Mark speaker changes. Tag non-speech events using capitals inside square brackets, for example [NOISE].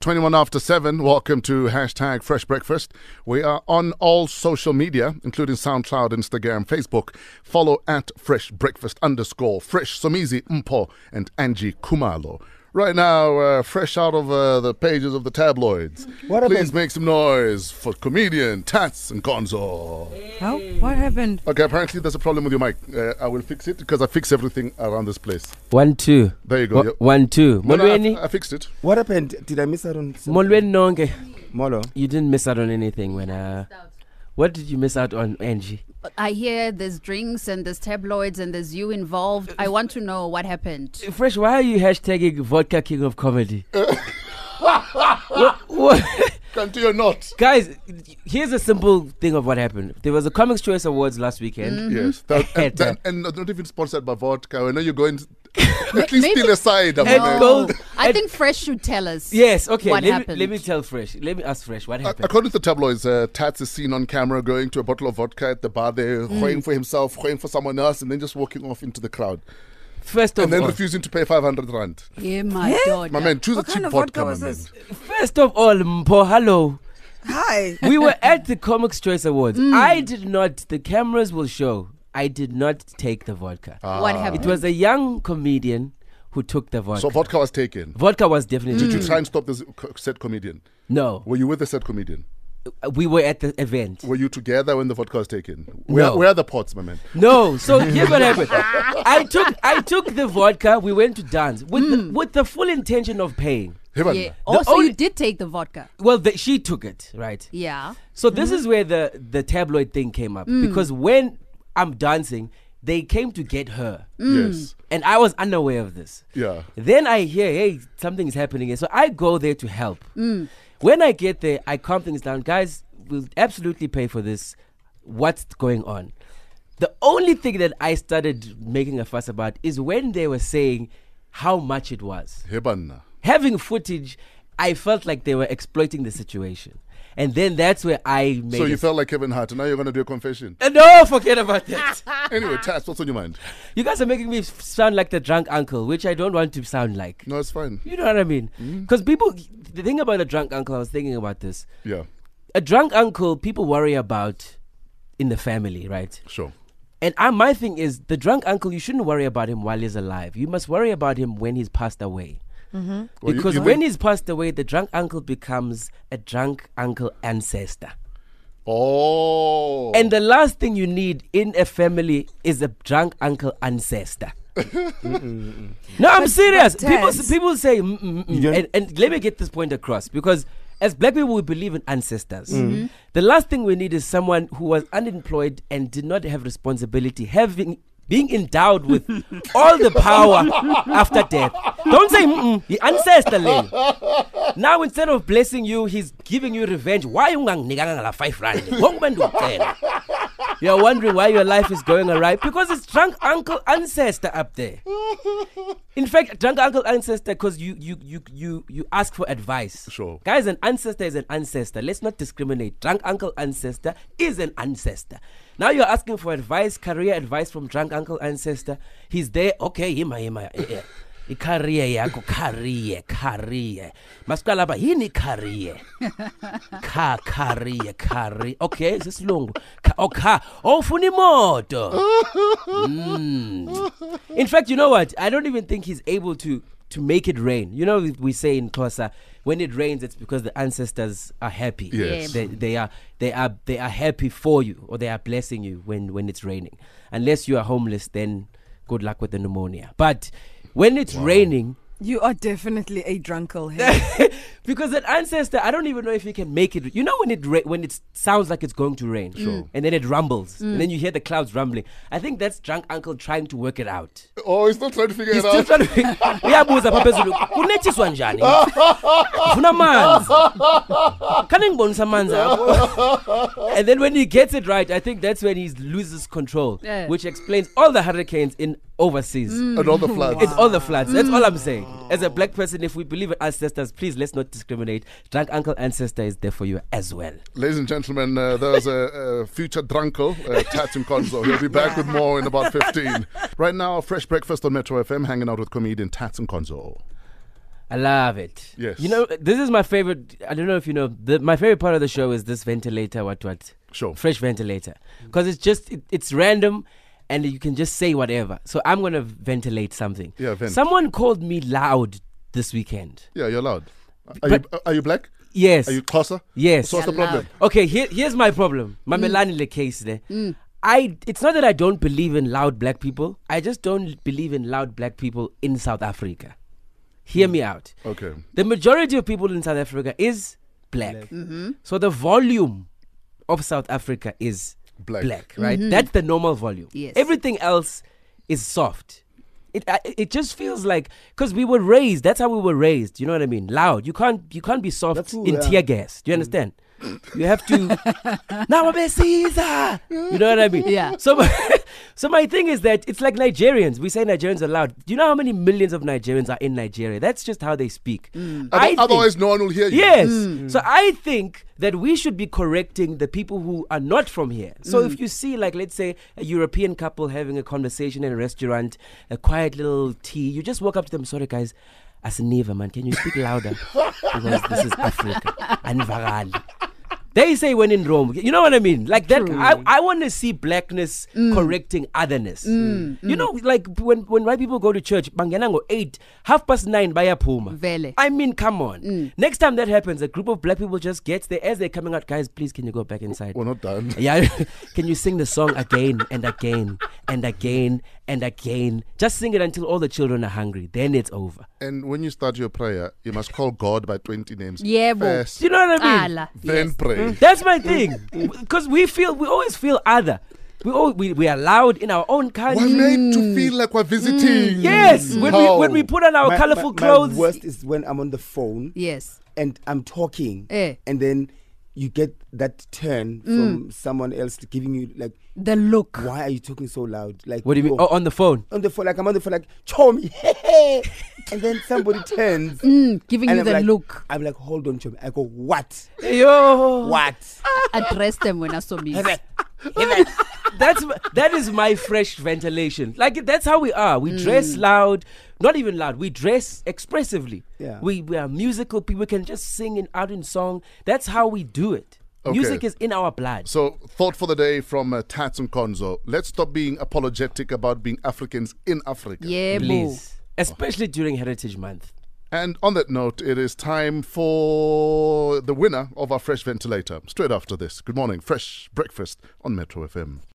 Speaker 1: 21 after 7, welcome to hashtag Fresh Breakfast. We are on all social media, including SoundCloud, Instagram, Facebook. Follow at Fresh Breakfast underscore Fresh Somizi Mpo and Angie Kumalo. Right now, uh, fresh out of uh, the pages of the tabloids.
Speaker 2: What
Speaker 1: Please
Speaker 2: happened?
Speaker 1: make some noise for comedian Tats and Gonzo.
Speaker 3: How? What happened?
Speaker 1: Okay, apparently there's a problem with your mic. Uh, I will fix it because I fix everything around this place.
Speaker 4: One two.
Speaker 1: There you go.
Speaker 4: Wa-
Speaker 1: Yep.
Speaker 4: One two.
Speaker 1: No, no, I-
Speaker 4: Molweni.
Speaker 1: I fixed it.
Speaker 2: What happened? Did I miss out on some-
Speaker 4: Molweni nonke.
Speaker 2: Molo?
Speaker 4: You didn't miss out on anything when uh what did you miss out on, Angie?
Speaker 5: I hear there's drinks and there's tabloids and there's you involved. I want to know what happened.
Speaker 4: Fresh, why are you hashtagging vodka king of
Speaker 1: [LAUGHS]
Speaker 4: comedy? Wha- wha- [LAUGHS]
Speaker 1: Continue or not.
Speaker 4: Guys, here's a simple thing of what happened. There was a Comics Choice Awards last weekend.
Speaker 5: Mm.
Speaker 6: Mm-hmm.
Speaker 1: Yes, that, and,
Speaker 4: Hater.
Speaker 1: that- and not even sponsored by vodka. I know you're
Speaker 6: [LAUGHS]
Speaker 1: going. At least still aside. I'm
Speaker 4: Head
Speaker 1: like-
Speaker 4: gold.
Speaker 5: I
Speaker 4: And-
Speaker 5: think Fresh should tell us.
Speaker 4: Yes, okay.
Speaker 5: What
Speaker 4: let, me-
Speaker 5: happened?
Speaker 4: let me tell Fresh. Let me ask Fresh what
Speaker 1: A-
Speaker 4: happened.
Speaker 1: According to the tabloids, uh, Tats is seen on camera going to a bottle of vodka at the bar there,
Speaker 6: Mm.
Speaker 1: hoeing for himself, hoeing for someone else, and then just walking off into the crowd.
Speaker 4: First
Speaker 1: uh, And
Speaker 4: of
Speaker 1: then
Speaker 4: all,
Speaker 1: refusing to pay 500 rand.
Speaker 5: Yeah, my daughter.
Speaker 1: My man, choose
Speaker 6: What
Speaker 1: a cheap
Speaker 6: kind of
Speaker 1: vodka,
Speaker 6: vodka
Speaker 1: my
Speaker 6: was
Speaker 1: man.
Speaker 6: this?
Speaker 4: first of all, Mpo, hello.
Speaker 6: Hi.
Speaker 4: we were at the Comics Choice Awards. I did not. The cameras will show. I did not take the vodka.
Speaker 5: What happened?
Speaker 4: Ah. It was a young comedian who took the vodka.
Speaker 1: So vodka was taken.
Speaker 4: vodka was definitely
Speaker 6: Mm.
Speaker 1: Did you try and stop this co- said comedian?
Speaker 4: no.
Speaker 1: Were you with the said comedian?
Speaker 4: We were at the event.
Speaker 1: Were you together when the vodka was taken? Where,
Speaker 4: No.
Speaker 1: where are the pots, my man?
Speaker 4: No. So here's what happened. I took I took the vodka. We went to dance with the, with the full intention of paying.
Speaker 1: Hey, man.
Speaker 5: Yeah. Also,
Speaker 4: only-
Speaker 5: you did take the vodka.
Speaker 4: Well, the, she took it right.
Speaker 5: Yeah.
Speaker 4: So this is where the the tabloid thing came up because when I'm dancing, they came to get her.
Speaker 1: Yes.
Speaker 6: Mm.
Speaker 4: And I was unaware of this.
Speaker 1: Yeah.
Speaker 4: Then I hear, hey, something is happening here. So I go there to help. When I get there, I calm things down. Guys, we'll absolutely pay for this. What's going on? The only thing that I started making a fuss about is when they were saying how much it was.
Speaker 1: Hey, man.
Speaker 4: Having footage, I felt like they were exploiting the situation. And then that's where I made.
Speaker 1: So you
Speaker 4: a-
Speaker 1: felt like Kevin Hart, and now you're going to do a confession.
Speaker 4: Uh, [LAUGHS] no, forget about that.
Speaker 1: [LAUGHS] anyway, Tats, what's on your mind?
Speaker 4: you guys are making me f- sound like the drunk uncle, which I don't want to sound like.
Speaker 1: No, it's fine.
Speaker 4: You know what I mean?
Speaker 1: Mm.
Speaker 4: Because people, the thing about a drunk uncle, I was thinking about this.
Speaker 1: Yeah,
Speaker 4: A drunk uncle, people worry about in the family, right?
Speaker 1: sure.
Speaker 4: And I, my thing is, the drunk uncle, you shouldn't worry about him while he's alive. You must worry about him when he's passed away.
Speaker 1: Well, you-
Speaker 4: because
Speaker 1: you
Speaker 4: when
Speaker 1: think-
Speaker 4: he's passed away, the drunk uncle becomes a drunk uncle ancestor.
Speaker 1: Oh.
Speaker 4: And the last thing you need in a family is a drunk uncle
Speaker 2: [LAUGHS]
Speaker 4: ancestor. no, I'm serious.
Speaker 6: but
Speaker 4: people,
Speaker 6: Tess-
Speaker 4: people say, mm, mm,
Speaker 2: You
Speaker 4: mm.
Speaker 2: don't-
Speaker 4: And, and let me get this point across because as black people, we believe in ancestors.
Speaker 2: Mm-hmm.
Speaker 6: Mm-hmm.
Speaker 4: The last thing we need is someone who was unemployed and did not have responsibility, having being endowed
Speaker 2: [LAUGHS]
Speaker 4: with all the power after death. Don't say, mm, mm, ancestor. lane. Now instead of blessing you, he's giving you revenge. Why unganginikanga ngala five rand? Wongbendicela. You're wondering why your life is going awry because it's drunk uncle ancestor up there. In fact, drunk uncle ancestor because you you you you you ask for advice.
Speaker 1: Sure.
Speaker 4: guys, an ancestor is an ancestor. Let's not discriminate. Drunk uncle ancestor is an ancestor. Now you're asking for advice, career advice from drunk uncle ancestor. He's there. Okay, hima hima. eh, eh. ikarier yakho career career masiqala lapha yini career kha career career okay sesilungu Kha- oh kha oh ufuna imoto Hmm. in fact, you know what? I don't even think he's able to to make it rain. You know, we- we say in Kosa, when it rains, it's because the ancestors are happy.
Speaker 1: Yes.
Speaker 4: They, they are they are they are happy for you, or they are blessing you when when it's raining. Unless you are homeless, then good luck with the pneumonia. But when it's raining,
Speaker 6: You are definitely a drunkle. Hey?
Speaker 4: [LAUGHS] because that ancestor, I don't even know if he can make it. You know when it ra- when it sounds like it's going to rain, sure. and then it rumbles, and then you hear the clouds rumbling. I think that's drunk uncle trying to work it out.
Speaker 1: oh, he's not trying to figure
Speaker 4: He's
Speaker 1: it
Speaker 4: still
Speaker 1: out.
Speaker 4: trying to- uyabuza pha phezulu kunetshiswa njani funa amanzi khane ngibonisa amanzi apho?" and then when he gets it right i think that's when he loses control
Speaker 5: Yeah.
Speaker 4: which explains all the hurricanes in overseas
Speaker 1: and all the floods.
Speaker 4: It's all the floods. That's all I'm saying. As a black person, if we believe in ancestors, please let's not discriminate. Drunk uncle ancestor is there for you as well.
Speaker 1: Ladies and gentlemen, uh, there's a, a future drunko, uh, Tatum Konzo. He'll be back with more in about 15. Right now, fresh breakfast on Metro FM, hanging out with comedian Tatum Konzo.
Speaker 4: I love it.
Speaker 1: Yes.
Speaker 4: You know, this is my favorite. I don't know if you know. The, my favorite part of the show is this ventilator. What what?
Speaker 1: Sure.
Speaker 4: Fresh ventilator. Because it's just it, it's random, and you can just say whatever. So I'm gonna ventilate something.
Speaker 1: Yeah, vent.
Speaker 4: Someone called me loud this weekend.
Speaker 1: Yeah, you're loud. Are
Speaker 4: But-
Speaker 1: you are you black?
Speaker 4: Yes.
Speaker 1: Are you Xhosa?
Speaker 4: Yes.
Speaker 1: So what's the
Speaker 5: You're
Speaker 1: problem?
Speaker 4: Okay, here, here's my problem. Mamelani le case there. I it's not that I don't believe in loud black people. I just don't believe in loud black people in South Africa. Hear me out.
Speaker 1: Okay.
Speaker 4: The majority of people in South Africa is black. So the volume of South Africa is
Speaker 1: Black.
Speaker 4: black, right? That's the normal volume.
Speaker 5: Mm-hmm. Yes.
Speaker 4: Everything else is soft. It I, it just feels like because we were raised. That's how we were raised. You know what I mean? Loud. You can't you can't be soft
Speaker 2: That's who
Speaker 4: in
Speaker 2: we are.
Speaker 4: tear gas. Do you understand? You have
Speaker 5: [LAUGHS]
Speaker 4: to now I'm a Caesar. You know what I mean?
Speaker 5: Yeah.
Speaker 4: So, my- [LAUGHS] so my thing is that it's like Nigerians. We say Nigerians are loud. Do you know how many millions of Nigerians are in Nigeria? That's just how they speak.
Speaker 5: Mm.
Speaker 4: I
Speaker 1: Other-
Speaker 4: think-
Speaker 1: Otherwise, no one will hear you.
Speaker 4: Yes. Mm. So I think that we should be correcting the people who are not from here. So if you see, like, let's say a European couple having a conversation in a restaurant, a quiet little tea, you just walk up to them, sorry, guys. As a neighbor, man, can you speak louder? because this is Africa. And Varali. They say when in Rome. You know what I mean? Like that. I, I want to see blackness correcting otherness. You know, like when, when white people go to church, bangenango eight, half past nine, by a puma.
Speaker 5: Vele.
Speaker 4: I mean, come on. Next time that happens, a group of black people just gets there as they're coming out. Guys, please, can you go back inside?
Speaker 1: We're not um, done.
Speaker 4: [LAUGHS] Yeah, can you sing the song again and again and again and again? Just sing it until all the children are hungry. Then it's over.
Speaker 1: And when you start your prayer, you must call God by 20 names.
Speaker 5: Yeah, bo.
Speaker 1: First,
Speaker 4: Do you know Mm, what I mean?
Speaker 5: Allah.
Speaker 1: then pray.
Speaker 4: That's my thing. Because we feel, we always feel other. We, all, we, we are loud in our own
Speaker 1: We're
Speaker 4: country.
Speaker 1: made to feel like we're visiting.
Speaker 4: Mm, Yes, when we,
Speaker 1: How?
Speaker 4: when we put on our colorful clothes.
Speaker 2: My worst is when I'm on the phone
Speaker 5: Yes.
Speaker 2: and I'm talking,
Speaker 5: Eh.
Speaker 2: and then you get that turn
Speaker 4: Mm.
Speaker 2: from someone else giving you like,
Speaker 5: The look.
Speaker 2: "Why are you talking so loud?" Like,
Speaker 4: what do you mean?
Speaker 2: "Oh,
Speaker 4: Oh, on the phone.
Speaker 2: on the phone, like I'm on the phone, like Chomi, hey, hey," [LAUGHS] and then somebody turns,
Speaker 5: Mm, giving
Speaker 2: and
Speaker 5: you
Speaker 2: I'm
Speaker 5: the
Speaker 2: like,
Speaker 5: look.
Speaker 2: I'm like, hold on, Chomi. I go, what?
Speaker 4: Mm. Yo.
Speaker 2: What?
Speaker 5: Address them when I saw
Speaker 4: [LAUGHS]
Speaker 5: me.
Speaker 4: that's m- that is my fresh ventilation. Like that's how we are. We dress loud, not even loud. We dress expressively.
Speaker 2: Yeah.
Speaker 4: We we are musical people. We can just sing and out in song. That's how we do it.
Speaker 1: Okay.
Speaker 4: Music is in our blood.
Speaker 1: So, thought for the day from uh, Tats and Konzo. Let's stop being apologetic about being Africans in Africa.
Speaker 5: Yeah, bo.
Speaker 4: Please, especially during Heritage Month.
Speaker 1: And on that note, it is time for the winner of our Fresh Ventilator. Straight after this. Good morning, Fresh Breakfast on Metro FM.